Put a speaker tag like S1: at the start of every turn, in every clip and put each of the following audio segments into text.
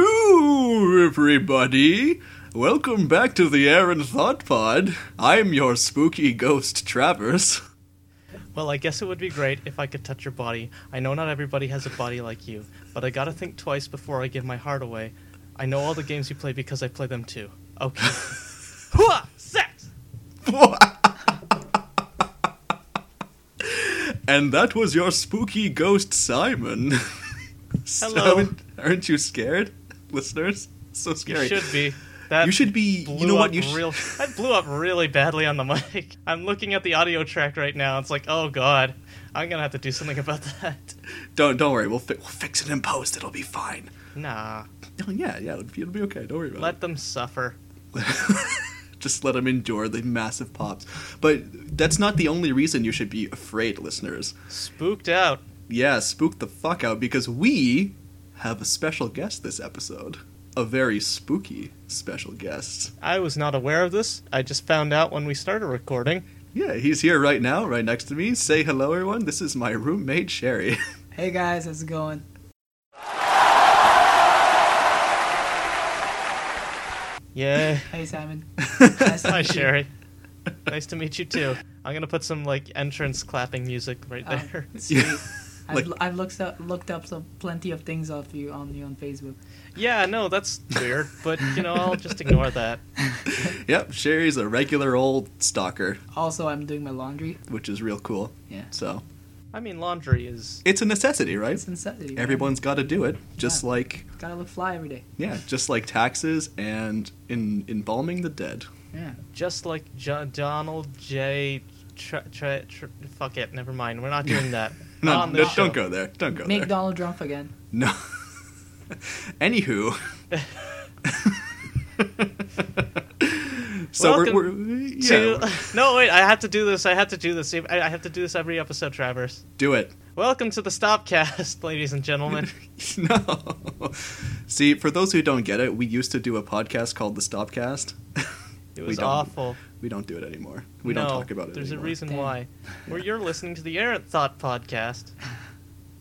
S1: Hello, everybody! Welcome back to the Aaron Thought Pod. I'm your spooky ghost, Travers.
S2: Well, I guess it would be great if I could touch your body. I know not everybody has a body like you, but I gotta think twice before I give my heart away. I know all the games you play because I play them too. Okay. Hua! Sex!
S1: And that was your spooky ghost, Simon. So,
S2: Hello.
S1: aren't you scared, listeners? So scary.
S2: You should be. That
S1: You should be.
S2: Blew
S1: you know
S2: up
S1: what? You sh-
S2: real. That blew up really badly on the mic. I'm looking at the audio track right now. It's like, oh god, I'm gonna have to do something about that.
S1: don't. Don't worry. We'll, fi- we'll fix it in post. It'll be fine.
S2: Nah,
S1: Oh, yeah, yeah. It'll be, it'll be okay. Don't worry about it.
S2: let them suffer.
S1: just let them endure the massive pops. But that's not the only reason you should be afraid, listeners.
S2: Spooked out.
S1: Yeah, spook the fuck out because we have a special guest this episode. A very spooky special guest.
S2: I was not aware of this. I just found out when we started recording.
S1: Yeah, he's here right now, right next to me. Say hello, everyone. This is my roommate, Sherry.
S3: Hey guys, how's it going?
S2: Yeah.
S3: Hey Simon.
S2: Hi, Sherry. nice to meet you too. I'm gonna put some like entrance clapping music right
S1: Uh,
S3: Um,
S2: there.
S3: Sweet.
S1: Like-
S3: I've, I've looked up looked up some plenty of things off you on you on Facebook.
S2: yeah, no, that's weird, but you know, I'll just ignore that.
S1: yep, Sherry's a regular old stalker,
S3: Also, I'm doing my laundry.
S1: which is real cool.
S3: Yeah,
S1: So
S2: I mean, laundry is
S1: it's a necessity, right?
S3: it's necessity. man.
S1: Everyone's got to do it, just
S3: Yeah.
S1: like
S3: gotta look fly every day.
S1: yeah, just like taxes and in embalming the dead.
S3: Yeah,
S2: just like jo- Donald J. Tra- tra- tra- fuck it, never mind. We're not doing that.
S1: No,
S2: on
S1: no,
S2: this
S1: don't
S2: show.
S1: go there. Don't go
S3: make
S1: there.
S3: Donald Trump again.
S1: no. Anywho. so
S2: Welcome
S1: we're, we're yeah,
S2: To-
S1: we're-
S2: no, wait, I have to do this. I have to do this. I I have to do this every episode, Travers.
S1: do it.
S2: Welcome to the Stopcast, ladies and gentlemen.
S1: No. See, for those who don't get it, we used to do a podcast called the Stopcast.
S2: It
S1: We
S2: was
S1: don't-
S2: awful.
S1: We don't do it anymore. We
S2: no,
S1: don't talk about it
S2: There's
S1: anymore.
S2: a reason
S3: Damn.
S2: why. Where you're listening to the Errant Thought podcast.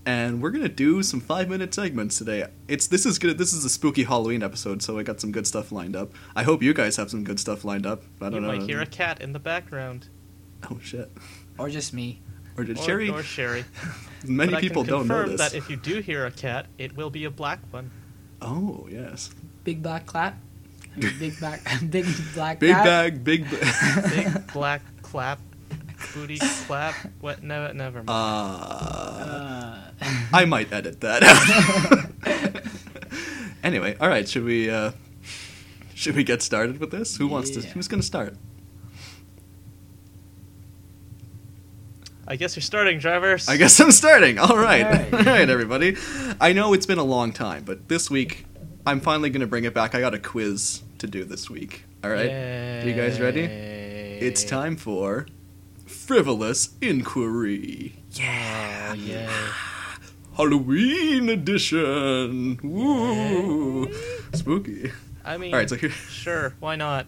S1: and we're gonna do some five minute segments today. It's this is good. This is a spooky Halloween episode, so I got some good stuff lined up. I hope you guys have some good stuff lined up. I
S2: You
S1: don't know.
S2: might hear a cat in the background.
S1: Oh shit!
S3: Or just me.
S1: Or did
S2: Or,
S1: Sherry?
S2: or Sherry.
S1: Many
S2: But
S1: people
S2: I can
S1: don't know
S2: confirm
S1: this.
S2: that if you do hear a cat, it will be a black one.
S1: oh yes,
S3: Big black clap. I mean, big black. big black.
S1: big
S3: clap.
S1: bag, big. Ba-
S2: Big black clap, booty clap. What? No, never mind.
S1: uh,
S3: Uh,
S1: I might edit that. out. anyway, all right. Should we? Uh, should we get started with this? Who wants to?
S3: Yeah.
S1: Who's gonna start?
S2: I guess you're starting, drivers.
S1: Uh, I guess I'm starting. All right.
S3: All right.
S1: All right, everybody. I know it's been a long time, but this week I'm finally going to bring it back. I got a quiz to do this week. All right. You guys ready? It's time for Frivolous Inquiry
S2: Yeah. Oh, yeah.
S1: Halloween Edition. Woo. Spooky.
S2: I mean,
S1: All right, so here
S2: sure. Why not?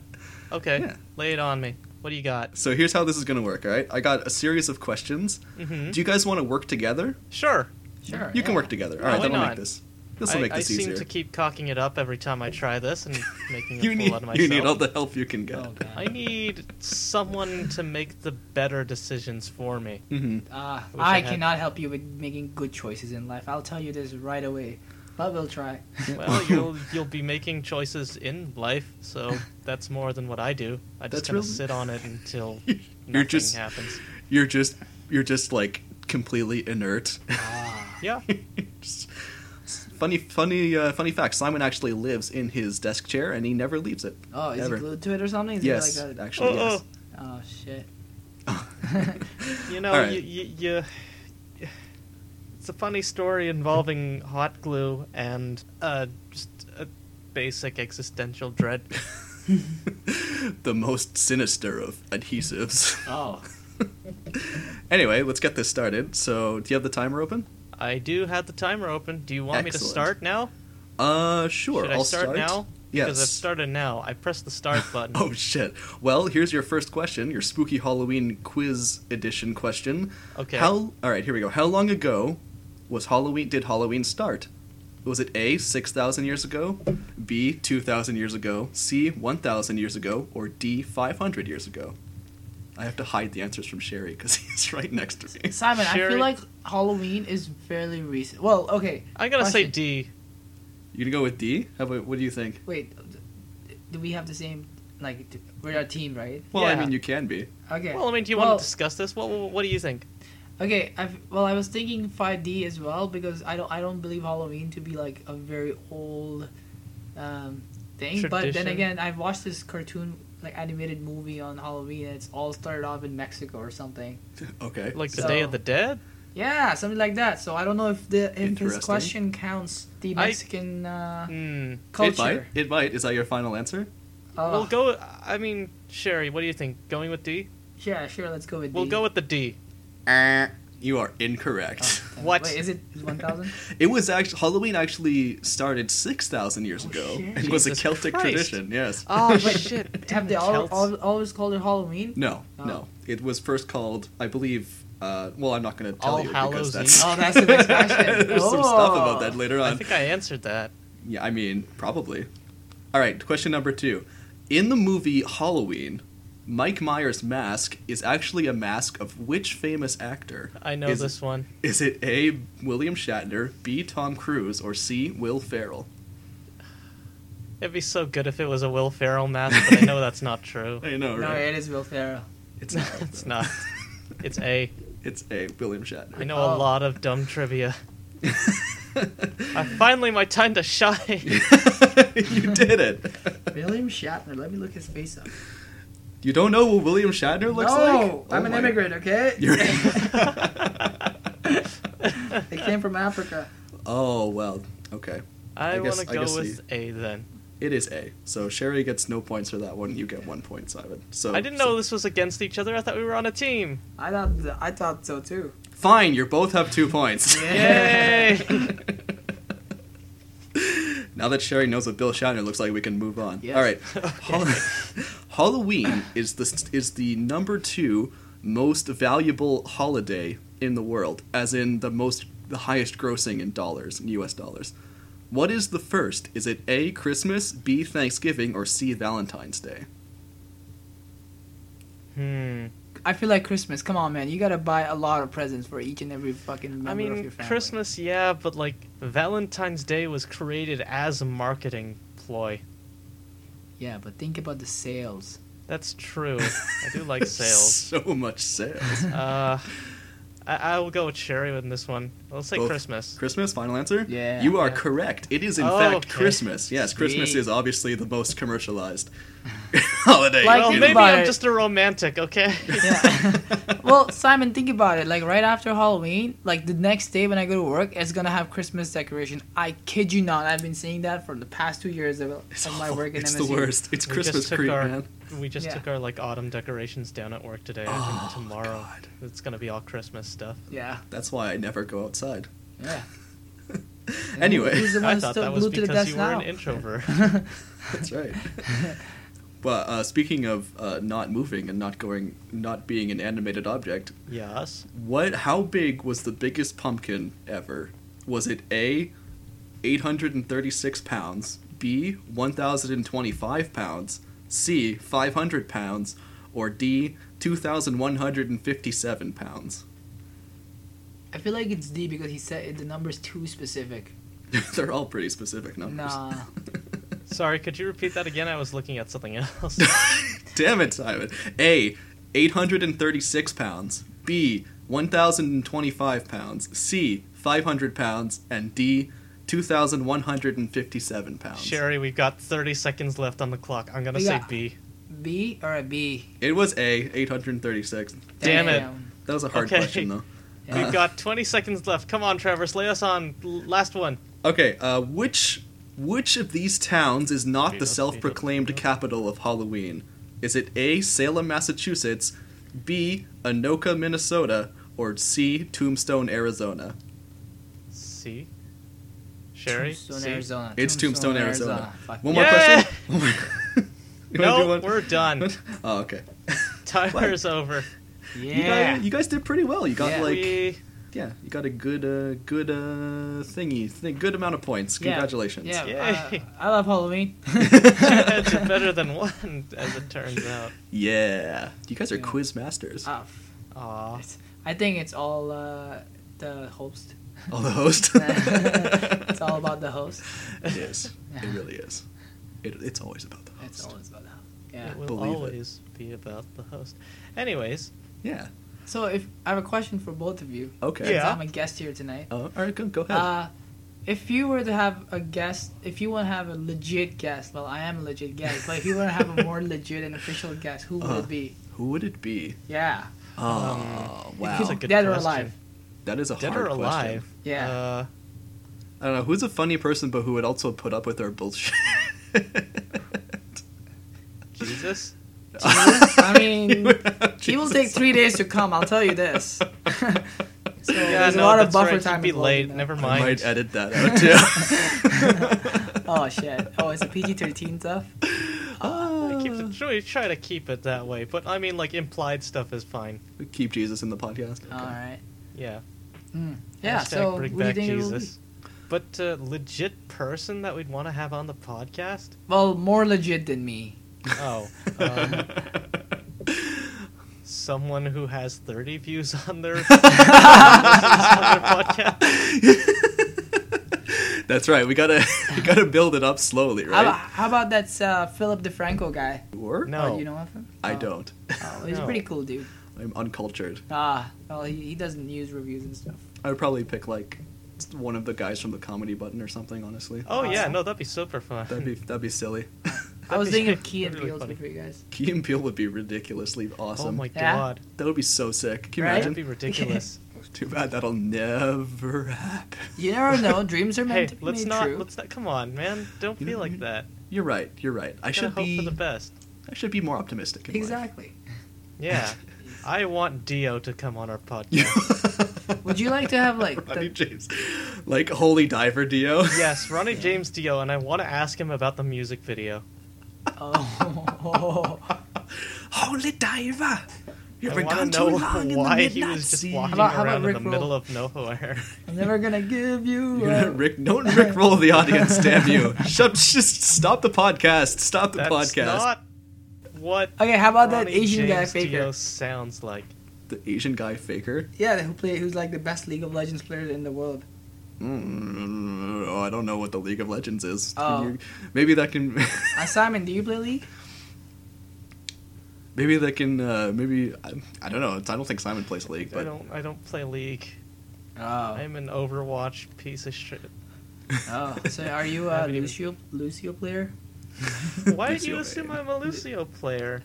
S2: Okay.
S1: Yeah.
S2: Lay it on me. What do you got?
S1: so here's how this is going to work, all right? I got a series of questions.
S2: Mm-hmm.
S1: Do you guys want to work together?
S2: Sure.
S3: sure.
S1: You can
S3: yeah.
S1: work together. All right,
S2: Why
S1: that'll
S2: not?
S1: make this. This will
S2: I,
S1: make
S2: I
S1: this
S2: seem
S1: easier.
S2: to keep cocking it up every time I try this and making a
S1: you
S2: fool
S1: need
S2: out of myself.
S1: you need all the help you can get.
S3: Oh,
S2: I
S3: God.
S2: need someone to make the better decisions for me.
S1: hmm
S3: Ah,
S2: Wish I
S3: I
S2: had-
S3: cannot help you with making good choices in life. I'll tell you this right away. But we'll try.
S2: Well, you'll you'll be making choices in life, so that's more than what I do. I
S1: That's
S2: just kind of
S1: really-
S2: sit on it until
S1: You're
S2: nothing
S1: just-
S2: happens.
S1: You're just you're just like completely inert.
S3: Ah,
S2: Yeah.
S1: Just- funny funny uh, funny fact, Simon actually lives in his desk chair and he never leaves it.
S3: oh, is
S1: Ever.
S3: it glued to it or something? Is
S1: yes,
S3: It like a...
S1: actually yes.
S3: Oh shit.
S2: You know,
S1: All right.
S2: you, you, you it's a funny story involving hot glue and uh, just a basic existential dread.
S1: the most sinister of adhesives.
S3: Oh.
S1: anyway, let's get this started. So, do you have the timer open?
S2: I do have the timer open. Do you want me to
S1: Excellent.
S2: start now?
S1: Uh, sure.
S2: Should
S1: I'll
S2: I start, now? Because I've
S1: Yes.
S2: started now. I pressed the start button.
S1: Oh shit. Well, here's your first question, your spooky Halloween quiz edition question.
S2: Okay.
S1: How all right, here we go. How long ago was Halloween did Halloween start? was it A, 6,000 years ago, B, 2,000 years ago, C, 1,000 years ago, or D, 500 years ago? I have to hide the answers from Sherry because he's right next to me.
S3: Simon, I
S2: Sherry-
S3: feel like Halloween is fairly recent. Well, okay.
S2: I gotta say
S3: Question.
S2: D.
S1: You gonna go with D? How about, what do you think?
S3: Wait, d- do we have the same? Like, d- we're a team, right?
S1: Well, I
S2: Yeah.
S1: mean, you can be.
S3: Okay.
S2: Well, I mean, do you
S3: Well-
S2: want to discuss this? What, what What do you think?
S3: Okay, I well I was thinking 5D as well because I don't I don't believe Halloween to be like a very old um, thing. But then
S2: Tradition.
S3: again, I've watched this cartoon like animated movie on Halloween and it's all started off in Mexico or something.
S1: Okay.
S2: Like the
S3: So-
S2: Day of the Dead?
S3: Yeah, something like that. So I don't know if the if his
S1: Interesting.
S3: question counts the
S2: I-
S3: Mexican uh,
S2: Hmm.
S1: It might.
S3: culture.
S1: It might. Is that your final answer?
S3: Oh,
S2: We'll go. I mean, Sherry, what do you think? Going with D?
S3: yeah, sure. Let's go with
S2: We'll
S3: D. Oh,
S2: go with the D.
S1: You are incorrect.
S3: Oh, damn it.
S2: What?
S3: Wait, is it? Is one thousand?
S1: It was actually Halloween actually started six thousand years
S3: Oh,
S1: ago
S3: shit.
S1: and was a
S2: Jesus
S1: Celtic
S2: Christ.
S1: tradition. Yes.
S2: Oh
S3: Wait,
S2: shit!
S3: Have they all, all, always called it Halloween?
S1: no,
S3: Oh.
S1: no. It was first called, I beve. Uh, well, I'm not going to tell
S2: All
S1: you
S2: Hallows
S1: because that's.
S3: Eve. Oh, that's the next question.
S1: There's some stuff
S3: Oh.
S1: about that later
S2: I
S1: on.
S2: think I answered that.
S1: Yeah, I mean, probably. All right, question number two. In the movie Halloween, Mike Myers' mask is actually a mask of which famous actor?
S2: I know
S1: is,
S2: this one.
S1: Is it A. William Shatner, B. Tom Cruise, or C. Will Ferrell?
S2: It'd be so good if it was a Will Ferrell mask, but I know that's not true.
S1: I know,
S3: No,
S1: right?
S3: it is Will Ferrell.
S1: It's
S2: No,
S1: not.
S2: it's
S1: though.
S2: not. It's A.
S1: It's A. William Shatner.
S2: I know a
S3: Oh.
S2: lot of dumb trivia. I finally my time to shine.
S1: you did it.
S3: William Shatner. Let me look his face up.
S1: You don't know what William Shatner looks like?
S3: no, I'm
S1: Oh
S3: an
S1: my-
S3: immigrant. Okay,
S1: You're-
S3: I came from Africa.
S1: oh well. Okay.
S2: I,
S1: I guess-
S2: want to
S1: I
S2: go
S1: guess
S2: with A then.
S1: It is A. So Sherry gets no points for that one. You get one point, Simon. So
S2: I didn't know this was against each other. I thought we were on a team.
S3: I thought th- I thought so too.
S1: Fine, you both have two points.
S2: Yay!
S1: now that Sherry knows what Bill Shatner looks like, we can move on.
S3: Yes.
S1: All right. Hall- Halloween is the is the number two most valuable holiday in the world, as in the most the highest grossing in dollars, in U.S. dollars. What is the first? Is it A. Christmas, B. Thanksgiving, or C. Valentine's Day?
S2: Hmm.
S3: I feel like Christmas. Come on, man. You gotta buy a lot of presents for each and every fucking member
S2: I
S3: of
S2: mean,
S3: your family.
S2: Christmas, yeah, but like Valentine's Day was created as a marketing ploy.
S3: Yeah, but think about the sales.
S2: That's true. I do like sales.
S1: so much sales.
S2: Uh, I, I will go with Sherry in this one. Let's say
S1: Both.
S2: Christmas.
S1: Christmas, final answer?
S3: Yeah.
S1: You are
S2: Yeah.
S1: correct. It is, in
S2: Oh,
S1: fact,
S2: okay.
S1: Christmas. Yes, Christmas
S3: Sweet.
S1: is obviously the most commercialized holiday.
S3: Like,
S2: Well,
S1: in-
S3: think
S2: maybe
S3: about
S2: I'm
S3: it.
S2: just a romantic, okay?
S3: Yeah. well, Simon, think about it. Like right after Halloween, like the next day when I go to work, it's gonna have Christmas decoration. I kid you not. I've been seeing that for the past two years of,
S1: it's
S3: of my
S1: awful.
S3: work in
S1: It's
S3: MSU.
S1: the worst. It's
S2: We
S1: Christmas
S2: just took
S1: creep,
S2: our-
S1: man.
S2: We just
S3: Yeah.
S2: took our like autumn decorations down at work today. I
S1: Oh,
S2: think tomorrow
S1: God.
S2: it's gonna be all Christmas stuff.
S3: Yeah.
S1: That's why I never go outside.
S3: Yeah.
S1: Anyway,
S3: Who's the one
S2: I
S3: who's
S2: thought
S3: still
S2: that was
S3: glued to the
S2: because
S3: desk
S2: you were
S3: now?
S2: an introvert.
S1: that's right. But uh, speaking of uh, not moving and not going, not being an animated object,
S2: yes.
S1: What? How big was the biggest pumpkin ever? Was it A, 836 pounds, B, 1,025 pounds, C, 500 pounds, or D, 2,157 pounds?
S3: I feel like it's D because he said it, the number's too specific.
S1: They're all pretty specific numbers.
S3: Nah.
S2: Sorry, could you repeat that again? I was looking at something else.
S1: Damn it, Simon. A, 836 pounds, B, 1,025 pounds, C, 500 pounds, and D, 2,157 pounds.
S2: Sherry, we've got 30 seconds left on the clock. I'm gonna
S3: Yeah.
S2: say B.
S3: B or a B?
S1: It was A, 836.
S2: Damn it.
S1: That was a hard
S2: Okay.
S1: question, though.
S3: Yeah.
S2: We've got 20 seconds left. Come on, Travis, lay us on. L- last one.
S1: Okay, uh, which which of these towns is not the
S2: Beatles,
S1: self-proclaimed
S2: Beatles, Beatles.
S1: capital of Halloween? Is it A, Salem, Massachusetts, B, Anoka, Minnesota, or C, Tombstone, Arizona?
S2: C. Sherry.
S3: Tombstone,
S2: C.
S3: Arizona.
S1: It's Tombstone, Arizona.
S3: Fuck
S1: One
S3: yeah.
S1: more
S2: Yay!
S1: question. One more- You wanna do
S2: No,
S1: one?
S2: we're done.
S1: Oh, okay.
S2: Timer's over.
S1: You, guys, you guys did pretty well. You got
S3: Yeah.
S1: like
S2: we
S1: yeah, you got a good, uh, good uh, thingy, th- good amount of points.
S3: Yeah.
S1: Congratulations.
S3: Yeah,
S2: Yay.
S3: uh, I love Halloween.
S2: it's better than one, as it turns out.
S1: Yeah. You guys are
S3: Yeah.
S1: quiz masters.
S3: Oh,
S2: Aw.
S3: it's- I think it's all uh, the host.
S1: oh, the host.
S3: it's all about the host.
S1: It is.
S3: Yeah.
S1: It really is. It, it's always about the host.
S3: It's always about the host. Yeah.
S2: It will
S1: Believe it.
S2: always be about the host. Anyways,
S1: Yeah.
S3: So if I have a question for both of you,
S1: Okay.
S2: Yeah.
S3: since I'm a guest here tonight.
S1: Oh, all right. Go, go ahead.
S3: Uh, if you were to have a guest, if you want to have a legit guest, well, I am a legit guest, but if you want to have a more legit and official guest, who would
S1: Uh-huh.
S3: it be?
S1: Who would it be?
S3: Yeah.
S1: Oh, wow.
S2: That's a good
S3: Dead or
S2: question.
S3: alive?
S1: that is a
S2: Dead
S1: hard
S2: or alive?
S1: question.
S3: Yeah.
S2: Uh,
S1: I don't know who's a funny person, but who would also put up with our bullshit.
S2: Jesus.
S3: I mean, he will
S1: Jesus.
S3: take three days to come. I'll tell you this. so
S2: Yeah,
S3: there's
S2: no,
S3: a lot of
S2: that's
S3: buffer
S2: right. You'd
S3: time.
S2: be
S3: involved
S2: late.
S3: in that.
S2: Never
S1: I
S2: mind.
S1: might edit that out too.
S3: Oh shit! Oh, it's a PG-13 stuff.
S1: Ah,
S2: I keep the, try, try to keep it that way, but I mean, like implied stuff is fine.
S1: Keep Jesus in the podcast.
S3: Oh. All right.
S2: Yeah.
S3: Mm. Yeah.
S2: Hashtag
S3: so
S2: bring
S3: who do you
S2: back
S3: think it will be?
S2: Jesus. But uh, legit person that we'd want to have on the podcast?
S3: Well, more legit than me.
S2: Oh, um,
S1: Uh.
S2: someone who has 30 views on their, on their podcast.
S1: That's right. We gotta we gotta build it up slowly,
S3: How,
S1: right?
S3: how about that uh, Philip DeFranco guy?
S1: Or
S2: No,
S3: Oh, you know of him?
S1: I
S2: Um,
S3: Oh.
S1: don't.
S3: Oh, he's a
S2: No.
S3: pretty cool dude.
S1: I'm uncultured.
S3: Ah, well, he, he doesn't use reviews and stuff.
S1: I would probably pick like one of the guys from the comedy button or something. Honestly,
S2: Oh yeah,
S3: Awesome.
S2: no, that'd be super fun.
S1: that'd be that'd be silly.
S3: I
S2: That'd be-
S3: was thinking of Key and
S2: that'd be
S3: Peele
S2: really
S3: for you guys.
S1: Key and Peele would be ridiculously
S2: Oh
S1: awesome.
S2: my
S3: Yeah.
S2: god,
S1: That would be so sick. Can you
S3: Right?
S2: that'd
S1: imagine?
S2: be ridiculous.
S1: Too bad that'll never happen.
S3: You never know. Dreams are meant
S2: hey,
S3: to be
S2: let's
S3: made
S2: not,
S3: true.
S2: let's not. Come on, man, don't
S1: You
S2: feel
S1: know,
S2: like
S1: you-
S2: that.
S1: You're right. You're right. I
S2: Gotta
S1: should
S2: hope for
S1: be.
S2: the best.
S1: I should be more optimistic. In life.
S3: Exactly.
S2: Yeah, I want Dio to come on our podcast.
S3: Would you like to have like
S1: Ronnie
S3: the,
S1: James, like Holy Diver Dio?
S2: yes, Ronnie James Dio, and I want to ask him about the music video.
S3: oh, how
S1: Holy Diver, you've
S2: I
S1: been
S2: want
S1: gone
S2: to
S1: too
S2: know
S1: long in the
S2: why he
S1: midnight
S2: was just
S1: sea.
S2: walking
S3: about- how about
S2: around in the
S3: Rickroll?
S2: middle of nowhere.
S3: I'm never gonna give you.
S1: You're gonna
S3: up.
S1: Rick, don't Rickroll the audience, damn you! Shut, just stop the podcast. Stop the
S2: That's
S1: podcast.
S2: not what
S3: Okay, how about that
S2: Ronnie
S3: Asian guy
S2: James
S3: faker?
S2: Dio sounds like.
S1: The Asian guy faker.
S3: Yeah, who play? Who's like the best League of Legends player in the world?
S1: Mm, oh, I don't know what the League of Legends is. Can
S3: Oh.
S1: you- maybe that can.
S3: Uh, Simon, do you play League?
S1: Maybe they can. Uh, maybe I, I don't know. I don't think Simon plays League,
S2: I
S1: but Uh,
S2: don't. I don't play League.
S3: Oh,
S2: I'm an Overwatch piece of shit.
S3: oh. So are you a
S2: Haven't even-
S3: Lucio Lucio player?
S2: Why do
S1: Lucio
S2: you
S1: may.
S2: assume I'm a Lucio player?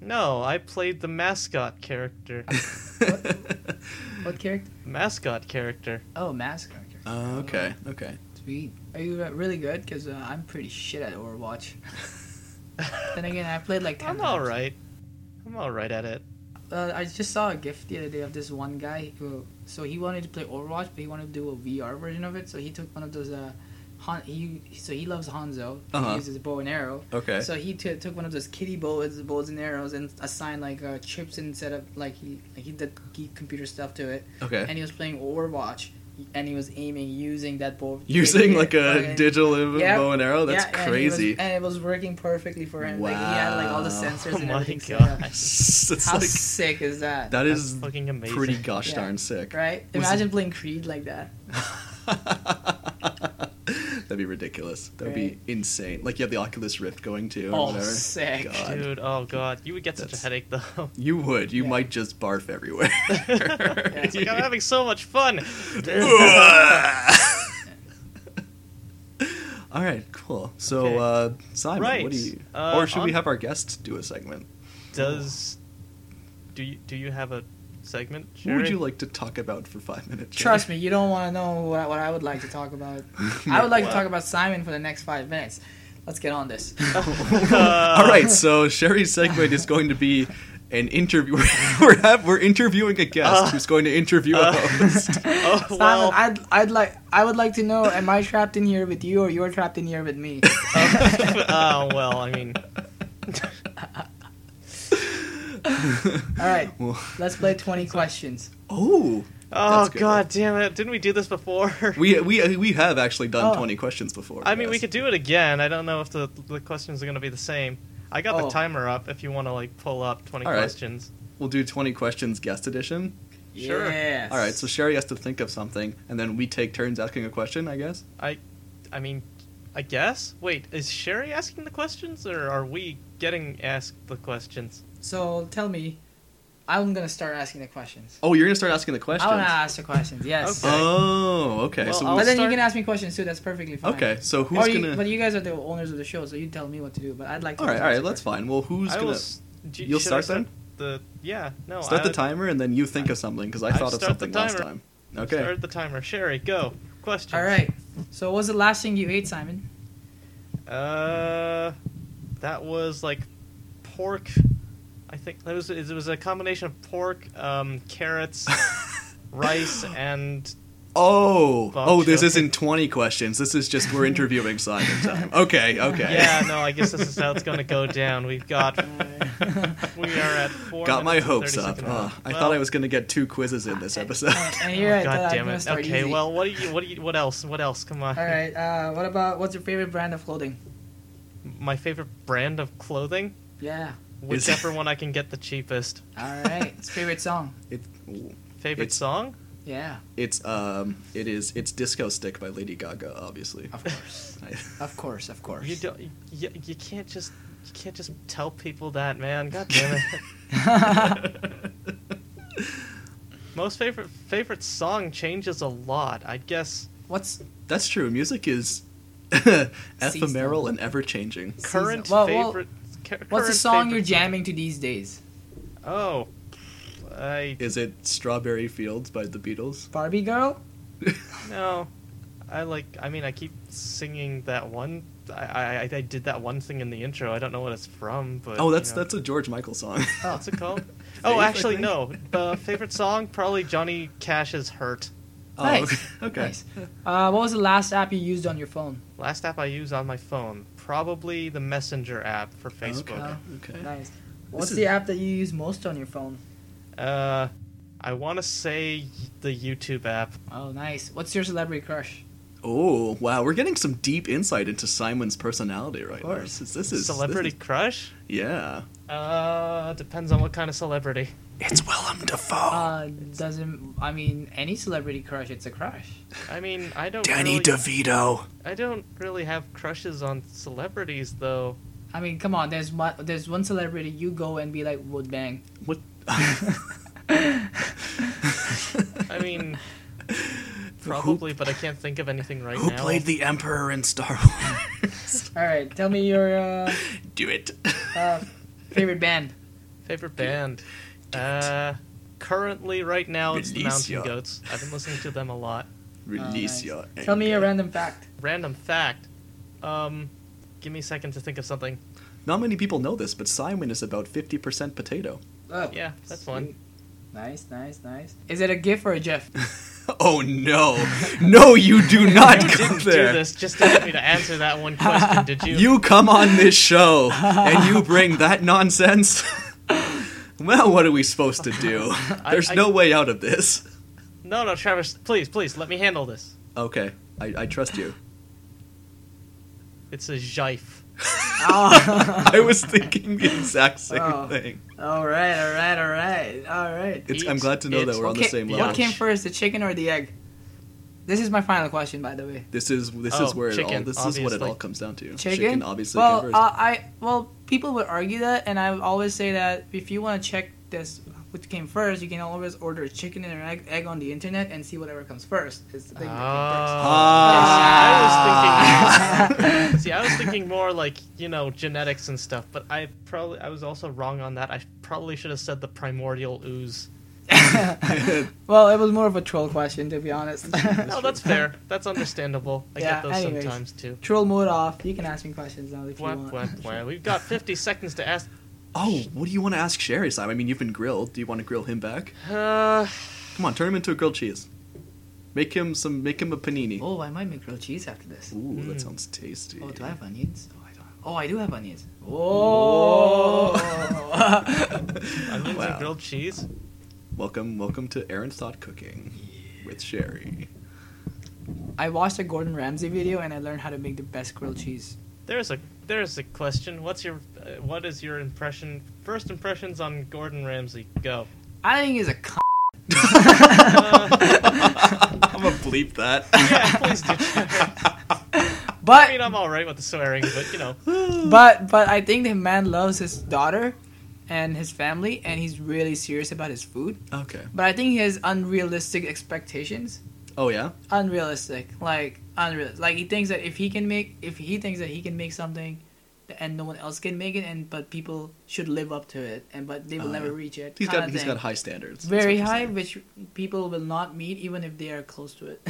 S2: No, I played the mascot character.
S3: What character?
S2: mascot character.
S3: Oh, mask character.
S1: Uh, okay, okay.
S3: Sweet. Are you uh, really good? Because uh, I'm pretty shit at Overwatch. then again, I played like 10
S2: I'm
S3: times.
S2: all right. I'm all right at it.
S3: Uh, I just saw a gift the other day of this one guy who. So he wanted to play Overwatch, but he wanted to do a VR version of it. So he took one of those. Uh, Han- he so he loves Hanzo.
S1: Uh-huh.
S3: He uses bow and arrow.
S1: Okay.
S3: So he t- took one of those kitty bows, bows and arrows, and assigned like uh, chips instead of like he like he did geek computer stuff to it.
S1: Okay.
S3: And he was playing Overwatch, and he was aiming using that bow.
S1: Using like a
S3: Fucking-
S1: digital bow
S3: Yeah.
S1: and arrow? Oh, That's
S3: Yeah, and he was-
S1: crazy.
S3: And, it was working perfectly for him. Like he had like all the
S1: Wow.
S3: sensors
S2: Oh
S3: and
S2: my
S3: everything. set
S2: God.
S3: up.
S1: It's
S3: How
S1: like,
S3: sick is that?
S1: that
S2: That's
S1: is
S2: fucking amazing.
S1: pretty gosh
S3: Yeah.
S1: darn sick.
S3: right?
S1: Was
S3: Imagine playing Creed like that.
S1: That'd be ridiculous. That'd
S3: Right.
S1: be insane. Like you have the Oculus Rift going too, or
S3: Oh,
S1: whatever.
S3: sick.
S1: God.
S2: Dude, oh god, you would get such
S1: That's-
S2: a headache though.
S1: You would. You
S3: Yeah.
S1: might just barf everywhere.
S2: It's like "Oh, I'm having so much fun.
S1: All right, cool. So,
S2: Okay.
S1: uh, Simon, what
S2: Right.
S1: do you?
S2: Uh,
S1: or should we
S2: on-
S1: have our guest do a segment?
S2: Does do you do you have a segment?
S1: What would
S2: Sherry?
S1: you like to talk about for five minutes?
S3: Trust me, you don't want to know what, what I would like to talk about. I would like to talk about Simon for the next five minutes. Let's get on this.
S2: Uh,
S1: All right, so Sherry's segment is going to be an interview. we're, have, we're interviewing a guest
S2: Uh,
S1: who's going to interview a
S2: uh,
S1: host.
S2: Oh
S3: Simon,
S2: well.
S3: I'd, I'd like I would like to know: Am I trapped in here with you, or you're trapped in here with me?
S2: oh well. I mean,
S3: All right,
S1: Well,
S3: let's play twenty questions.
S1: oh,
S2: Oh
S1: That's good.
S2: god damn it! Didn't we do this before?
S1: We we we have actually done
S3: Oh.
S1: twenty questions before.
S2: I mean, we
S1: guys.
S2: could do it again. I don't know if the the questions are gonna be the same. I got
S3: Oh.
S2: the timer up. If you want to like pull up twenty
S1: All right.
S2: questions.
S1: We'll do twenty questions guest edition.
S2: Sure.
S3: Yes.
S1: All right, so Sherry has to think of something, and then we take turns asking a question. I guess.
S2: I mean, I guess. Wait, is Sherry asking the questions, or are we getting asked the questions?
S3: So tell me, I'm gonna start asking the questions.
S1: Oh, you're gonna start asking the questions.
S3: I wanna ask the questions. Yes.
S2: Okay.
S1: Oh, okay.
S2: Well,
S1: so
S2: I'll
S3: but then you
S2: start-
S3: can ask me questions too. That's perfectly fine.
S1: okay, so
S3: Or
S1: who's
S3: you,
S1: gonna?
S3: But you guys are the owners of the show, so you tell me what to do. But I'd like. to
S1: All right,
S3: answer
S1: all right,
S3: first.
S1: that's fine. Well, who's
S2: I
S1: gonna
S2: will s- do-
S1: You'll
S2: should I
S1: start
S2: The yeah, no.
S1: start the
S2: I-
S1: timer, and then you think of something because I
S2: I
S1: thought of
S2: start the
S1: something last
S2: timer.
S1: time. Okay.
S2: Start the timer. Sherry, go. Questions.
S3: All right. So what was the last thing you ate, Simon?
S2: Uh, that was like pork. I think that was it was a combination of pork, um, carrots, rice, and
S1: Oh,
S2: Bob
S1: oh, this
S2: Chilton.
S1: isn't 20 questions. This is just we're interviewing Simon time. Okay, okay.
S2: yeah. No, I guess this is how it's going to go down. We've got we are at four.
S1: Got my
S2: minutes and
S1: hopes
S2: 30
S1: up.
S2: seconds.
S1: Ugh, I
S2: Well,
S1: thought I was going to get two quizzes in this episode.
S3: And
S2: oh,
S3: you're right.
S2: God
S3: that I'm
S2: damn
S3: gonna
S2: it.
S3: start
S2: Okay.
S3: easy.
S2: Well, what do you? What do you? What else? What else? Come on.
S3: All right. Uh, what about what's your favorite brand of clothing?
S2: My favorite brand of clothing,
S3: Yeah.
S1: Is-
S2: whichever one I can get the cheapest.
S3: All right. It's favorite song.
S1: It, ooh.
S2: Favorite
S1: It's-
S2: song?
S3: Yeah.
S1: it's um it is it's Disco Stick by Lady Gaga, obviously.
S3: Of course.
S2: Oh.
S3: Of course. Of course.
S2: You don't. You, you can't just. You can't just tell people that, man. God damn it. Most favorite favorite song changes a lot. I guess
S3: what's
S1: That's true. Music is ephemeral and ever changing.
S2: current
S3: Well, well,
S2: favorite. cur-
S3: what's the
S2: current
S3: song you're
S2: favorite-
S3: jamming to these days?
S2: Oh, I
S1: Is it Strawberry Fields by the Beatles?
S3: Barbie girl.
S2: no. I like. I mean, I keep singing that one. I I, I did that one thing in the intro. I don't know what it's from, but
S1: Oh, that's
S2: you know.
S1: that's a George Michael song.
S3: Oh.
S2: What's it called?
S1: Faith,
S2: oh,
S1: I
S2: actually,
S1: think.
S2: no. Uh, favorite song probably Johnny Cash's "Hurt."
S1: Oh,
S3: nice.
S1: okay. okay.
S3: Nice. Uh, what was the last app you used on your phone?
S2: Last app I use on my phone, probably the Messenger app for Facebook.
S1: Okay.
S3: Oh,
S1: okay.
S3: Nice. What's
S1: is-
S3: the app that you use most on your phone?
S2: Uh, I want to say the YouTube app.
S3: Oh, nice. What's your celebrity crush?
S1: Oh wow, we're getting some deep insight into Simon's personality right now.
S3: course.
S1: This is, this is
S2: celebrity
S1: this
S2: crush?
S1: is- yeah,
S2: Uh, depends on what kind of celebrity.
S1: it's Willem Dafoe.
S3: Uh, doesn't I mean any celebrity crush? It's a crush.
S2: I mean, I don't.
S1: Danny
S2: really,
S1: DeVito.
S2: I don't really have crushes on celebrities though.
S3: I mean, come on. There's one. There's one celebrity you go and be like would bang.
S1: What?
S2: I mean, probably, but I can't think of anything right
S1: Who
S2: now.
S1: played the Emperor in Star Wars?
S3: All right, tell me your uh,
S1: Do it.
S2: Oh,
S3: uh, favorite band.
S2: Favorite band? Uh, currently, right now, it's the
S1: Release
S2: Mountain
S1: your-
S2: Goats. I've been listening to them a lot.
S3: Oh,
S1: Release
S3: nice.
S1: your.
S3: Tell me a
S1: anger.
S3: random fact.
S2: Random fact. Um, give me a second to think of something.
S1: Not many people know this, but Simon is about fifty percent potato.
S3: Oh,
S2: Yeah, that's one.
S3: sweet. Nice, nice, nice. Is it a GIF or a GIF?
S1: Oh no, no, you do not
S2: You
S1: come
S2: didn't
S1: there.
S2: do this just to get me to answer that one question, did you?
S1: You come on this show and you bring that nonsense. well, what are we supposed to do?
S2: I-
S1: There's
S2: I-
S1: no way out of this.
S2: No, no, Travis, please, please, let me handle this.
S1: Okay, I, I trust you.
S2: It's a jife.
S3: oh.
S1: I was thinking the exact same
S3: Oh.
S1: thing.
S3: all right, all right, all right, all right.
S1: It's, I'm glad to know that
S2: It's-
S1: we're on the
S3: Okay,
S1: same
S2: yeah.
S1: level.
S3: What came first, the chicken or the egg? This is my final question, by the way.
S1: This is this
S2: Oh,
S1: is where it all
S2: chicken,
S1: this is what it all
S2: obviously.
S1: comes down to.
S3: Chicken.
S1: obviously
S3: well,
S1: came
S3: uh,
S1: first.
S3: I well, people would argue that, and I would always say that if you want to check this, which came first, you can always order a chicken and an egg, egg on the internet and see whatever comes first. It's the thing. that
S2: Ah.
S1: Ah.
S3: came first.
S2: See, I was thinking more like you know genetics and stuff, but I probably I was also wrong on that. I probably should have said the primordial ooze.
S3: uh, well, it was more of a troll question, to be honest.
S2: No, that's fair. That's understandable. I get
S3: Yeah,
S2: those
S3: anyways.
S2: sometimes too.
S3: troll mode off. You can ask me questions now if you
S2: Wah,
S3: want.
S2: wah, wah. We've got 50 seconds to ask.
S1: oh, what do you want to ask Sherry, Simon? I mean, you've been grilled. Do you want to grill him back?
S2: Uh,
S1: Come on, turn him into a grilled cheese. Make him some. Make him a panini.
S3: Oh, I might make grilled cheese after this.
S1: Ooh, that sounds tasty.
S3: Oh, do I have onions? Oh, I don't. Oh, I do have onions. Oh.
S2: onions
S1: Oh. Wow.
S2: and grilled cheese.
S1: Welcome, welcome to Aaron's Thought Cooking with Sherry.
S3: I watched a Gordon Ramsay video and I learned how to make the best grilled cheese.
S2: There's a there's a question. What's your uh, what is your impression? First impressions on Gordon Ramsay. Go.
S3: I think he's a c-
S1: I'm gonna bleep that.
S2: Yeah, please do. I mean,
S3: but
S2: I'm all right with the swearing, but you know,
S3: but but I think the man loves his daughter and his family and he's really serious about his food.
S1: Okay.
S3: But I think he has unrealistic expectations.
S1: Oh yeah.
S3: Unrealistic, like unreal. Like he thinks that if he can make, if he thinks that he can make something, and no one else can make it, and but people should live up to it, and but they will
S1: Oh,
S3: never
S1: yeah.
S3: reach it.
S1: He's
S3: kinda
S1: got he's
S3: thing.
S1: got high standards. That's
S3: very
S1: what you're
S3: high,
S1: saying.
S3: which people will not meet even if they are close to it.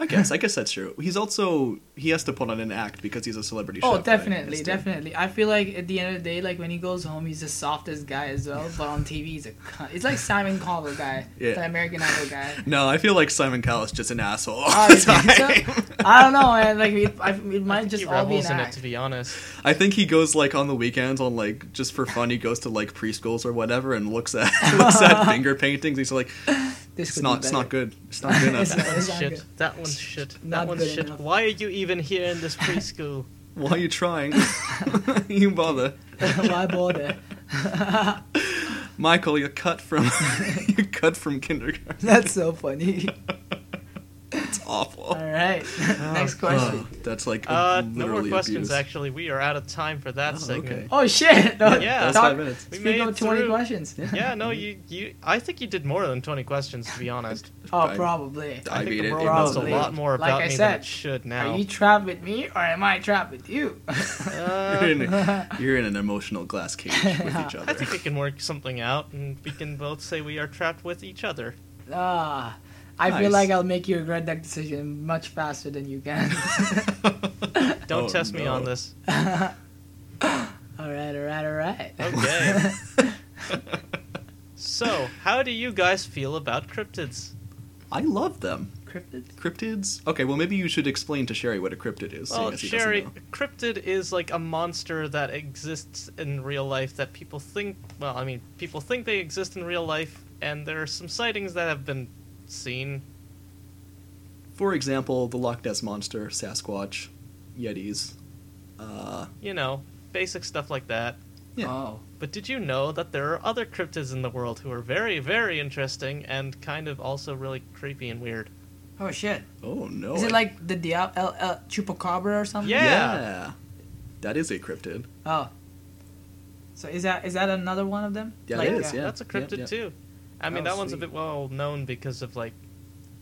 S1: I guess I guess that's true. He's also he has to put on an act because he's a celebrity. chef,
S3: oh,
S1: right?
S3: definitely,
S1: It's the-
S3: definitely. I feel like at the end of the day, like when he goes home, he's the softest guy as well. But on TV, he's a cunt. It's like Simon Cowell guy,
S1: Yeah.
S3: the American Idol guy.
S1: No, I feel like Simon Cowell's just an asshole. all
S3: Oh,
S1: the
S3: you think so?
S1: time.
S3: I don't know, and like it, I, it
S2: I
S3: might
S2: think
S3: just
S2: he
S3: all be an
S2: revels in it.
S3: act.
S2: To be honest,
S1: I think he goes like on the weekends on like just for fun. He goes to like preschools or whatever and looks at looks at finger paintings. He's like,
S3: This
S1: it's
S3: could
S1: not
S3: be
S1: it's not
S3: better.
S1: good. It's not good
S3: It's
S1: enough.
S3: not-
S2: that one's
S3: not
S2: shit.
S3: good.
S2: That one's shit.
S3: Not
S2: That one's
S3: good
S2: shit.
S3: enough.
S2: Why are you even here in this preschool?
S1: Why are you trying? you bother,
S3: Why bother?
S1: Michael. You're cut from you're cut from kindergarten.
S3: That's so funny.
S1: It's awful.
S3: All right, next question.
S1: Oh, that's like
S2: Uh,
S1: literally
S2: no more questions.
S1: abuse.
S2: Actually, we are out of time for that
S1: Oh,
S2: segment.
S3: Oh shit! No,
S2: Yeah.
S1: That's
S3: talk-
S1: five minutes.
S2: We
S3: Speaking
S2: made
S3: of
S2: it
S3: twenty
S2: through.
S3: questions.
S2: Yeah, no, you, you. I think you did more than 20 questions, to be honest.
S3: Oh,
S1: I-
S3: probably.
S1: I
S2: I, think
S1: mean,
S2: the
S1: it-
S2: world
S1: it
S2: knows a
S1: must-
S2: lot more
S3: Like
S2: about
S3: I
S2: me than
S3: said,
S2: it should now.
S3: Are you trapped with me, or am I trapped with you?
S1: You're
S2: Uh,
S1: in,
S3: Ah,
S1: a- you're in an emotional glass cage with each
S2: I
S1: other.
S2: think we can work something out, and we can both say we are trapped with each other.
S3: Ah, I feel
S1: Nice.
S3: like I'll make you regret that decision much faster than you can.
S2: Don't
S1: Oh,
S2: test me on
S1: no.
S2: this.
S3: all right, all right, all right.
S2: Okay. so, how do you guys feel about cryptids?
S1: I love them.
S3: Cryptid.
S1: Cryptids? Okay, well maybe you should explain to Sherry what a cryptid is. seeing
S2: Well,
S1: as he doesn't
S2: Oh, Sherry,
S1: know.
S2: a cryptid is like a monster that exists in real life that people think. Well, I mean, people think they exist in real life, and there are some sightings that have been seen.
S1: For example, the Loch Ness monster, Sasquatch, Yetis. Uh,
S2: You know, basic stuff like that.
S1: yeah.
S3: Oh.
S2: But did you know that there are other cryptids in the world who are very, very interesting and kind of also really creepy and weird?
S3: Oh shit.
S1: oh no.
S3: Is
S1: I-
S3: it like the Diab El, El Chupacabra or something?
S2: Yeah.
S1: Yeah. That is a cryptid.
S3: Oh. So is that is that another one of them?
S1: Yeah,
S3: Like,
S1: it is.
S3: uh,
S1: Yeah.
S2: That's a cryptid
S1: yeah.
S2: too. I mean,
S3: Oh,
S2: that one's a bit
S3: sweet.
S2: well known because of like,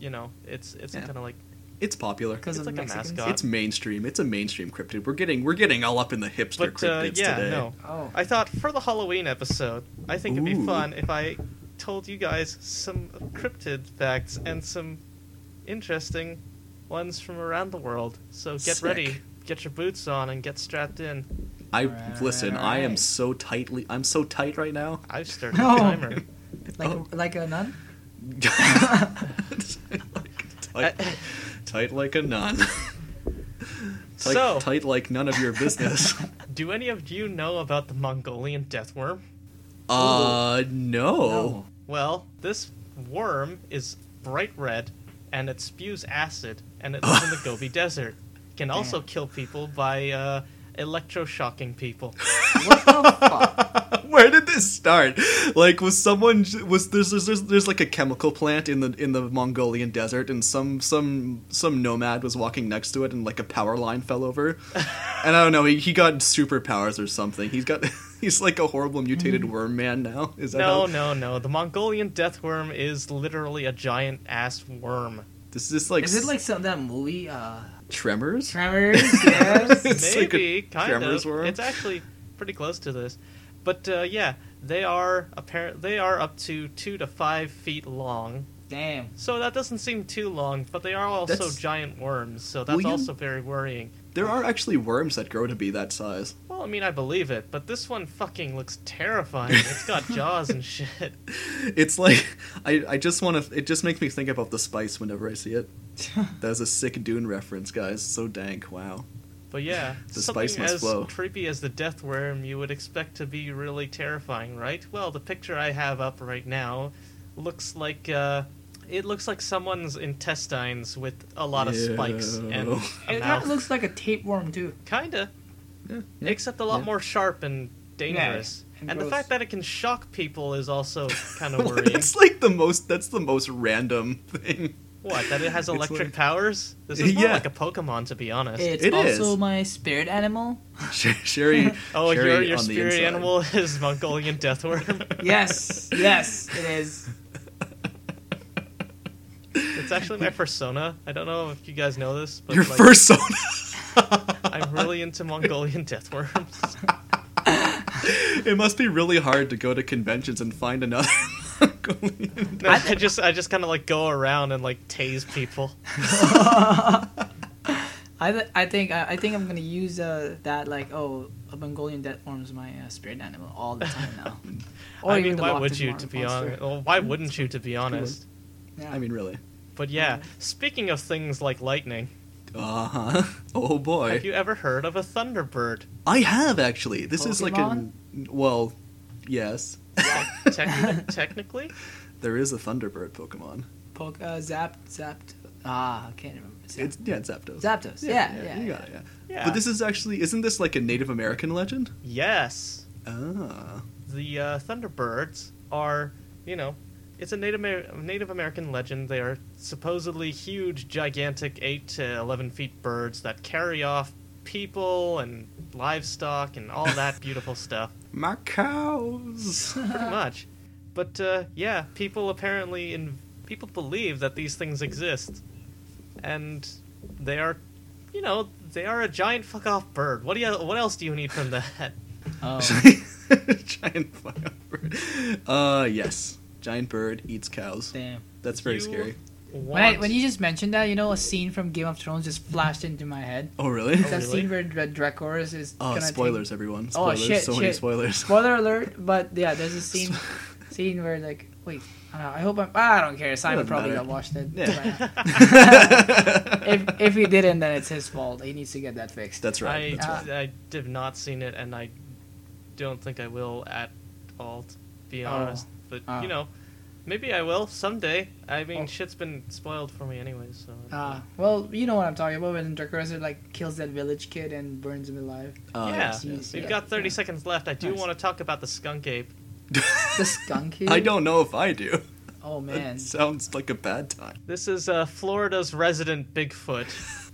S2: you know, it's it's
S1: Yeah.
S2: kind of like
S1: It's popular.
S3: 'Cause
S2: It's
S3: of
S2: like a
S3: Mexicans.
S2: mascot.
S1: It's mainstream. It's a mainstream cryptid. We're getting we're getting all up in the hipster
S2: But uh,
S1: cryptids
S2: yeah,
S1: today.
S2: no.
S3: Oh.
S2: I thought for the Halloween episode, I think it'd
S1: Ooh.
S2: be fun if I told you guys some cryptid facts and some interesting ones from around the world. So get
S1: Sick.
S2: ready, get your boots on, and get strapped in.
S1: I
S3: Alright,
S1: listen, I am
S3: alright.
S1: so tightly I'm so tight right now.
S2: I've started
S3: No.
S2: a timer.
S3: Like
S1: Oh.
S3: like a nun?
S1: tight, tight like a nun. tight,
S2: so,
S1: tight like none of your business.
S2: do any of you know about the Mongolian death worm?
S1: uh, no.
S2: Well, this worm is bright red and it spews acid and it lives in the Gobi Desert. It can also kill people by uh, electroshocking people.
S3: What the fuck?
S1: Where did this start? Like, was someone j- was there's, there's there's there's like a chemical plant in the in the Mongolian desert, and some some some nomad was walking next to it, and like a power line fell over, and I don't know, he, he got superpowers or something. He's got he's like a horrible mutated worm man now. Is that
S2: Mm-hmm. No,
S1: how,
S2: no, no. The Mongolian death worm is literally a giant ass worm.
S1: this is like
S3: Is it like some that movie? Uh,
S1: Tremors?
S3: Tremors. Yes.
S1: It's like a
S2: Maybe, kind
S1: Tremors
S2: of.
S1: worm?
S2: It's actually pretty close to this. But uh, yeah, they are apparent. They are up to two to five feet long.
S3: Damn.
S2: So that doesn't seem too long, but they are also
S1: That's-
S2: giant worms, so that's
S1: Will you-
S2: also very worrying.
S1: There are actually worms that grow to be that size.
S2: Well, I mean, I believe it, but this one fucking looks terrifying. It's got jaws and shit.
S1: It's like I, I just want to. It just makes me think about the spice whenever I see it. That was a sick Dune reference, guys. So dank. Wow.
S2: But yeah,
S1: The
S2: something
S1: spice must
S2: as
S1: flow.
S2: creepy as the death worm you would expect to be really terrifying, right? Well, the picture I have up right now looks like uh, it looks like someone's intestines with a lot of spikes and
S1: Ew.
S2: a
S3: It kind
S2: mouth.
S3: of looks like a tapeworm too.
S2: Kinda,
S1: Yeah, yeah.
S2: except a lot
S1: Yeah.
S2: more sharp and dangerous.
S3: and
S2: and the
S3: gross.
S2: fact that it can shock people is also kind of
S1: Well,
S2: worrying.
S1: That's like the most. That's the most random thing.
S2: what? That it has
S1: It's
S2: electric
S1: like-
S2: powers? This is more
S1: Yeah.
S2: like a Pokemon, to be honest.
S3: It's
S1: It
S3: also
S1: is.
S3: my spirit animal.
S1: Sher- Sherry.
S2: oh,
S1: Sherry
S2: your your
S1: on the
S2: spirit
S1: inside.
S2: animal is Mongolian Deathworm.
S3: Yes, yes, it is.
S2: It's actually my persona. I don't know if you guys know this, but
S1: Your
S2: like,
S1: first son.
S2: I'm really into Mongolian deathworms.
S1: it must be really hard to go to conventions and find another. Mongolian.
S2: No, I, just I just kind of like go around and like tase people.
S3: I, th- I think I, I think I'm gonna use uh, that like oh a Mongolian death form is my uh, spirit animal all the time now.
S2: I mean, why would
S3: Loch Ness
S2: Oh, you?
S3: mon-
S2: To be
S3: monster.
S2: honest, well, why wouldn't you? To be honest,
S3: Yeah.
S1: I mean, really.
S2: but yeah. Speaking of things like lightning,
S1: Uh huh. Oh boy.
S2: have you ever heard of a thunderbird?
S1: I have actually. This is like a.
S3: Pokemon?
S1: Well, yes.
S2: Techni- technically,
S1: There is a Thunderbird Pokemon.
S3: Poke, uh, zapped, zapped. Ah, I can't remember. Zapped.
S1: It's yeah, it's Zapdos.
S3: Zapdos. Yeah, yeah.
S1: you got it. Yeah.
S2: yeah.
S1: But this is actually isn't this like a Native American legend?
S2: yes,
S1: Ah.
S2: the uh, Thunderbirds are, you know, it's a Native, Amer- Native American legend. They are supposedly huge, gigantic, 8 to 11 feet birds that carry off people and livestock and all that beautiful stuff,
S1: My cows.
S2: pretty much. But uh, yeah, people apparently, in- people believe that these things exist. And they are, you know, they are a giant fuck off bird. What do you, what else do you need from that?
S3: Oh.
S1: Giant fucking bird. Uh yes. Giant bird eats cows.
S3: Damn.
S1: That's very
S2: You
S1: scary.
S3: When, I,
S2: want-
S3: when you just mentioned that, you know, a scene from Game of Thrones just flashed into my head.
S1: Oh really?
S2: Oh,
S3: that
S2: really?
S3: scene where Dra- Dracoris is.
S1: Oh,
S3: gonna take-
S1: spoilers, everyone!
S3: Oh,
S1: Spoilers!
S3: shit,
S1: so many
S3: shit.
S1: spoilers.
S3: Spoiler alert! But yeah, there's a scene, scene where like, wait, I, don't know, I hope I'm. Ah, I don't care. Simon
S1: Doesn't
S3: probably
S1: matter.
S3: got watched it.
S1: Yeah.
S3: by now. uh, If if he didn't, then it's his fault. He needs to get that fixed.
S1: that's right.
S2: I,
S1: That's right.
S2: I have not seen it, and I don't think I will at all, to be
S3: Oh.
S2: honest. But
S3: Oh.
S2: you know, maybe I will someday. I mean,
S3: Oh.
S2: shit's been spoiled for me anyways. So
S3: Ah, well, you know what I'm talking about when Dracoris like kills that village kid and burns him alive.
S1: Uh,
S2: yeah,
S1: yes, yes,
S2: we've
S3: yeah.
S2: got thirty seconds left. I do
S3: Nice.
S2: want to talk about the skunk ape.
S3: The skunk kid.
S1: I don't know if I do.
S3: Oh man.
S1: That sounds like a bad time.
S2: This is uh, Florida's resident Bigfoot.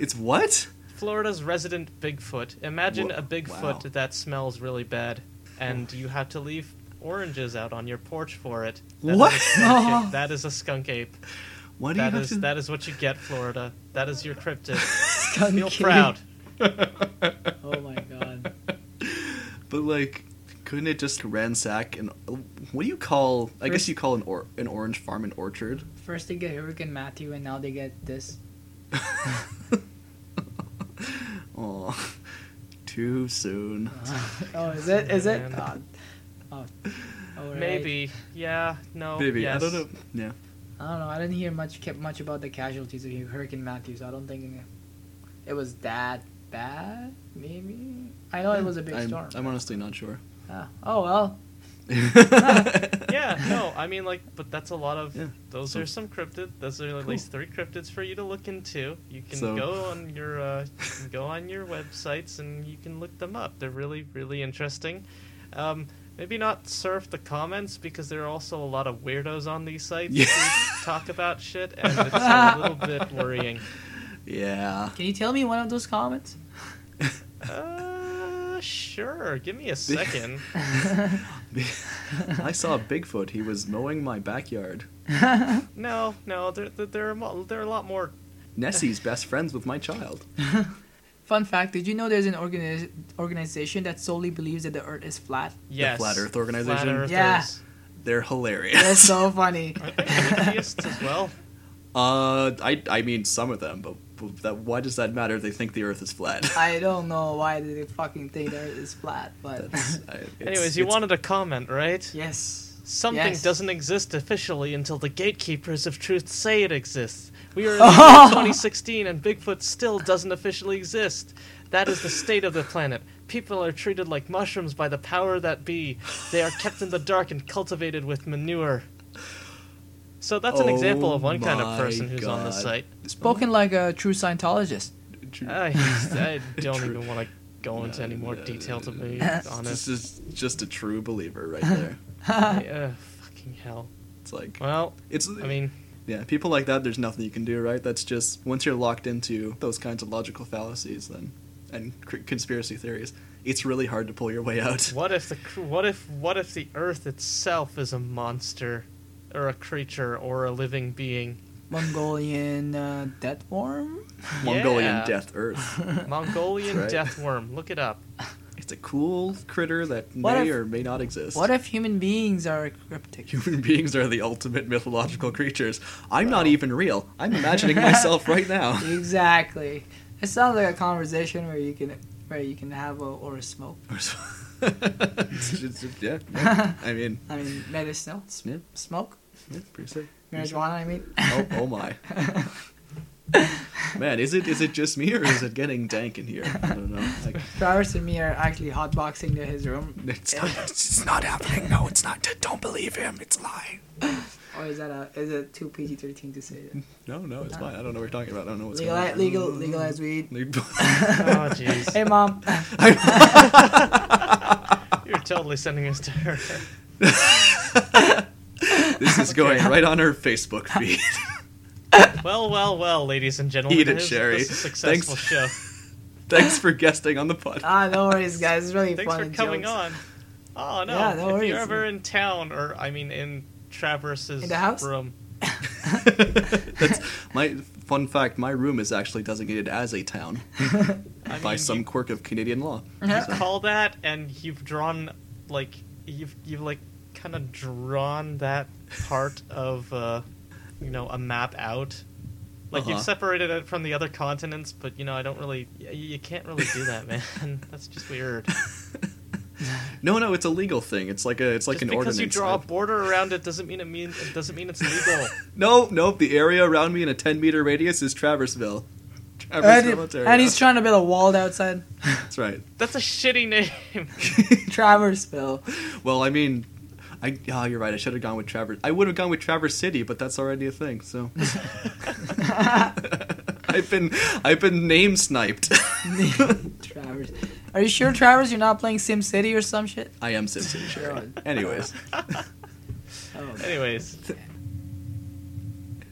S1: It's what?
S2: Florida's resident Bigfoot. Imagine
S1: Wha-
S2: a Bigfoot
S1: wow.
S2: that smells really bad, and you have to leave oranges out on your porch for it. That is
S1: What?
S2: a skunk ape. that is a skunk ape.
S1: Why do
S2: That
S1: you have
S2: is
S1: to?
S2: that is what you get, Florida. That is your cryptid.
S3: Skunk
S2: Feel
S3: kid.
S2: proud.
S3: Oh my god.
S1: But like, couldn't it just ransack and what do you call? I guess
S3: First-
S1: you call an or, an orange farm an orchard.
S3: First they get Hurricane Matthew, and now they get this.
S1: Aw, too soon.
S3: Oh, is it? Is it?
S2: Man.
S3: Oh, oh, right.
S2: Maybe. Yeah. No.
S1: Maybe I don't
S2: yes.
S1: know. Yeah,
S3: I don't know. I didn't hear much kept much about the casualties of Hurricane Matthew, so I don't think it was that bad. Maybe I know it was a big
S1: I'm,
S3: storm.
S1: I'm honestly not sure.
S3: Ah, oh well.
S2: Yeah. No. I mean, like, but that's a lot of.
S1: Yeah,
S2: Those
S1: so-
S2: are some cryptid. Those are at least three cryptids for you to look into. You can
S1: So-
S2: go on your uh, you can go on your websites and you can look them up. They're really really interesting. Um, maybe not surf the comments because there are also a lot of weirdos on these sites
S1: Yeah.
S2: who talk about shit, and it's a little bit worrying.
S1: yeah.
S3: Can you tell me one of those comments?
S2: Uh, sure. Give me a second.
S1: I saw Bigfoot. He was mowing my backyard.
S2: No, no, there, there, there, are, mo- there are a lot more.
S1: Nessie's best friends with my child.
S3: Fun fact: Did you know there's an organi- organization that solely believes that the Earth is flat?
S2: Yes.
S1: Flat Earth Organization?
S2: Flat Earthers.
S3: Yeah.
S1: They're
S3: That's
S1: hilarious.
S3: so funny.
S2: Are they atheists as well?
S1: Uh, I I mean some of them, but, but that why does that matter? They think the Earth is flat.
S3: I don't know why they fucking think the Earth is flat, but
S1: That's- I- it's-
S2: Anyways, you
S1: it's-
S2: wanted a comment, right?
S3: yes.
S2: Something
S3: Yes.
S2: doesn't exist officially until the gatekeepers of truth say it exists. We are in the year 2016 and Bigfoot still doesn't officially exist. That is the state of the planet. People are treated like mushrooms by the power that be. They are kept in the dark and cultivated with manure. So that's an example
S1: Oh
S2: of one kind of
S1: my
S2: person who's on the
S1: God.
S2: site.
S3: Spoken like a true Scientologist.
S1: True.
S2: I, I don't
S1: True.
S2: even want to go into any more
S1: no,
S2: detail to be
S1: this
S2: honest.
S1: is just a true believer right there.
S2: I- uh, fucking hell.
S1: It's like
S2: Well,
S1: it's.
S2: I mean,
S1: yeah, people like that. There's nothing you can do, right? That's just once you're locked into those kinds of logical fallacies, then and c- conspiracy theories, it's really hard to pull your way out.
S2: what if the cr- what if what if the Earth itself is a monster, or a creature, or a living being?
S3: Mongolian uh, death worm?
S1: Mongolian
S2: Yeah.
S1: Death Earth.
S2: Mongolian
S1: Right.
S2: death worm. Look it up.
S1: It's a cool critter that
S3: What
S1: may
S3: if-
S1: or may not exist.
S3: What if human beings are cryptic?
S1: Human beings are the ultimate mythological creatures. I'm not even real. I'm imagining myself right now.
S3: exactly. It sounds like a conversation where you can where you can have a, or a smoke.
S1: It's just- just- yeah, yeah. I mean,
S3: I mean, that is snow. S-
S1: Yeah.
S3: Smoke?
S1: yeah, pretty sick.
S3: Marijuana, I mean.
S1: Oh, oh my. Man, is it is it just me or is it getting dank in here? I don't know. Like,
S3: Travis and me are actually hotboxing to his room.
S1: it's not. It's not happening. No, it's not. Don't believe him. It's a lie.
S3: Or is that a is it too PG thirteen to say that?
S1: No, no, it's fine. I don't know what you're talking about. I don't know what's
S3: Legalize,
S1: going
S3: legal legalize weed.
S1: on.
S2: Oh jeez,
S3: Hey mom.
S2: you're totally sending us to her.
S1: this is going right on her Facebook feed.
S2: Well, well, well, ladies and gentlemen,
S1: Eat it,
S2: this is-
S1: Sherry.
S2: This is a successful
S1: Thanks.
S2: show.
S1: Thanks for guesting on the podcast.
S2: Uh.
S3: ah, no worries guys, it's really
S2: Thanks
S3: fun.
S2: for
S3: and
S2: coming
S3: jokes.
S2: on. Oh no!
S3: Yeah, no
S2: if
S3: worries.
S2: you're ever in town, or I mean, in Travers's
S3: In the house?
S2: room,
S1: That's my fun fact. My room is actually designated as a town
S2: I
S1: by
S2: mean,
S1: some
S2: you-
S1: quirk of Canadian law.
S2: you call that, and you've drawn like you've you've like kind of drawn that part of uh, you know a map out. Like
S1: Uh-huh.
S2: you've separated it from the other continents, but you know I don't really. You, you can't really do that, man. That's just weird.
S1: No, no, it's a legal thing. It's like a, it's like
S2: just
S1: an
S2: because
S1: ordinance.
S2: you draw a border around it doesn't mean it mean it doesn't mean it's legal.
S1: No, no, the area around me in a ten meter radius is Traverseville.
S3: And,
S1: Traverseville,
S3: he- and
S1: Ontario.
S3: he's trying to build a wall outside
S1: That's right.
S2: That's a shitty name.
S3: Traversville.
S1: Well, I mean, I oh, you're right. I should have gone with Travers. I would have gone with Traverse City, but that's already a thing. So I've been I've been name sniped.
S3: Travers. Are you sure, Travers, you're not playing Sim City or some shit?
S1: I am SimCity. Sure.
S3: God.
S1: Anyways.
S3: Oh.
S2: Anyways.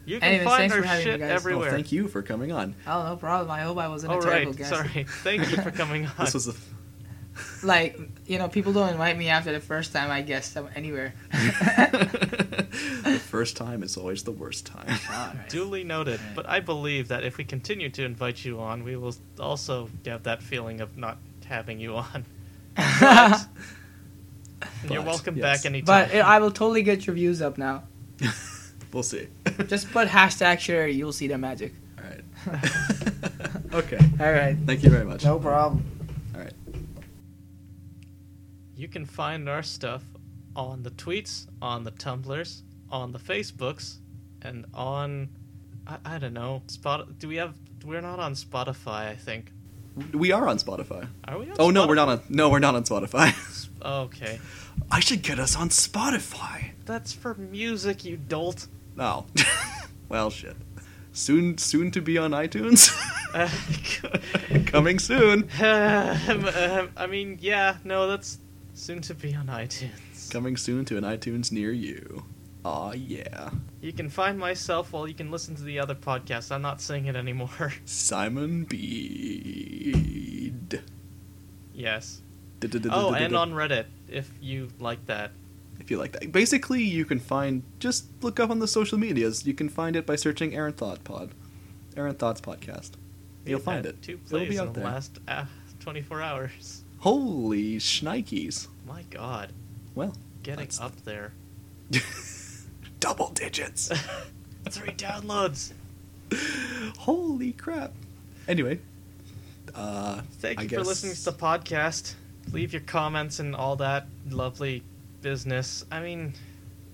S2: You can
S3: Anyways,
S2: find
S3: thanks
S2: her
S3: for having me,
S2: shit
S3: guys.
S1: Oh,
S2: everywhere.
S1: thank you for coming on.
S3: oh, no problem. I hope I wasn't
S2: Oh,
S3: a terrible
S2: right.
S3: guest.
S2: Sorry. Thank you for coming on.
S1: This was the
S3: Like, you know, people don't invite me after the first time I guess so anywhere.
S1: the first time is always the worst time.
S2: Duly noted. But I believe that if we continue to invite you on, we will also have that feeling of not having you on. But- you're
S1: But,
S2: welcome
S1: yes.
S2: back anytime.
S3: But it, I will totally get your views up now.
S1: We'll see.
S3: Just put hashtag share, you'll see the magic.
S1: All right. okay.
S3: All right.
S1: Thank you very much.
S3: problem.
S1: All right.
S2: you can find our stuff on the tweets, on the tumblers, on the Facebooks, and on I, I don't know. Spot do we have we're not on Spotify, I think.
S1: We are on Spotify.
S2: Are we on
S1: Oh no,
S2: Spotify?
S1: we're not on. No, we're not on Spotify.
S2: Okay.
S1: I should get us on Spotify.
S2: That's for music, you dolt.
S1: No. well, shit. Soon, soon to be on iTunes.
S2: Um,
S1: Coming soon.
S2: um, I mean, yeah, no, that's soon to be on iTunes.
S1: Coming soon to an iTunes near you. Aw, yeah.
S2: You can find myself while you can listen to the other podcast. I'm not saying it anymore.
S1: Simon Bede.
S2: yes. Oh, and
S1: Oh,
S2: on Reddit, if you like that.
S1: if you like that. Basically, you can find just look up on the social medias. You can find it by searching Aaron Thought Pod, Aaron Thoughts Podcast. You'll
S2: We've
S1: find
S2: had
S1: it.
S2: Two
S1: It'll
S2: plays
S1: be
S2: in
S1: out
S2: the
S1: there.
S2: last uh, 24 hours.
S1: Holy shnikes!
S2: My god.
S1: Well,
S2: Getting
S1: That's-
S2: up there.
S1: double digits.
S2: Three downloads.
S1: Holy crap! Anyway, uh,
S2: Thank
S1: I
S2: you for
S1: guess-
S2: listening to the podcast. Leave your comments and all that lovely business. I mean,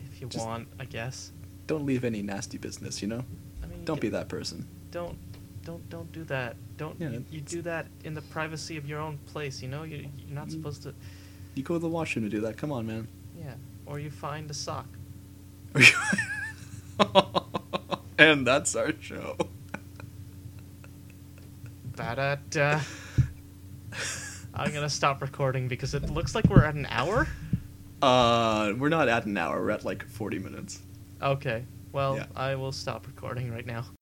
S2: if you
S1: Just-
S2: want, I guess.
S1: Don't leave any nasty business. You know,
S2: I mean, you
S1: don't be
S2: can-
S1: that person.
S2: Don't, don't, don't do that. Don't.
S1: Yeah,
S2: you, you
S1: it's-
S2: do that in the privacy of your own place. You know, you, you're
S1: Mm-hmm.
S2: not supposed to.
S1: You go to the washroom to do that. Come on, man.
S2: Yeah. Or you find a sock.
S1: and that's our show.
S2: Ba-da-da. I'm gonna stop recording because it looks like we're at an hour.
S1: Uh, we're not at an hour. We're at like 40 minutes.
S2: Okay. Well,
S1: Yeah.
S2: I will stop recording right now.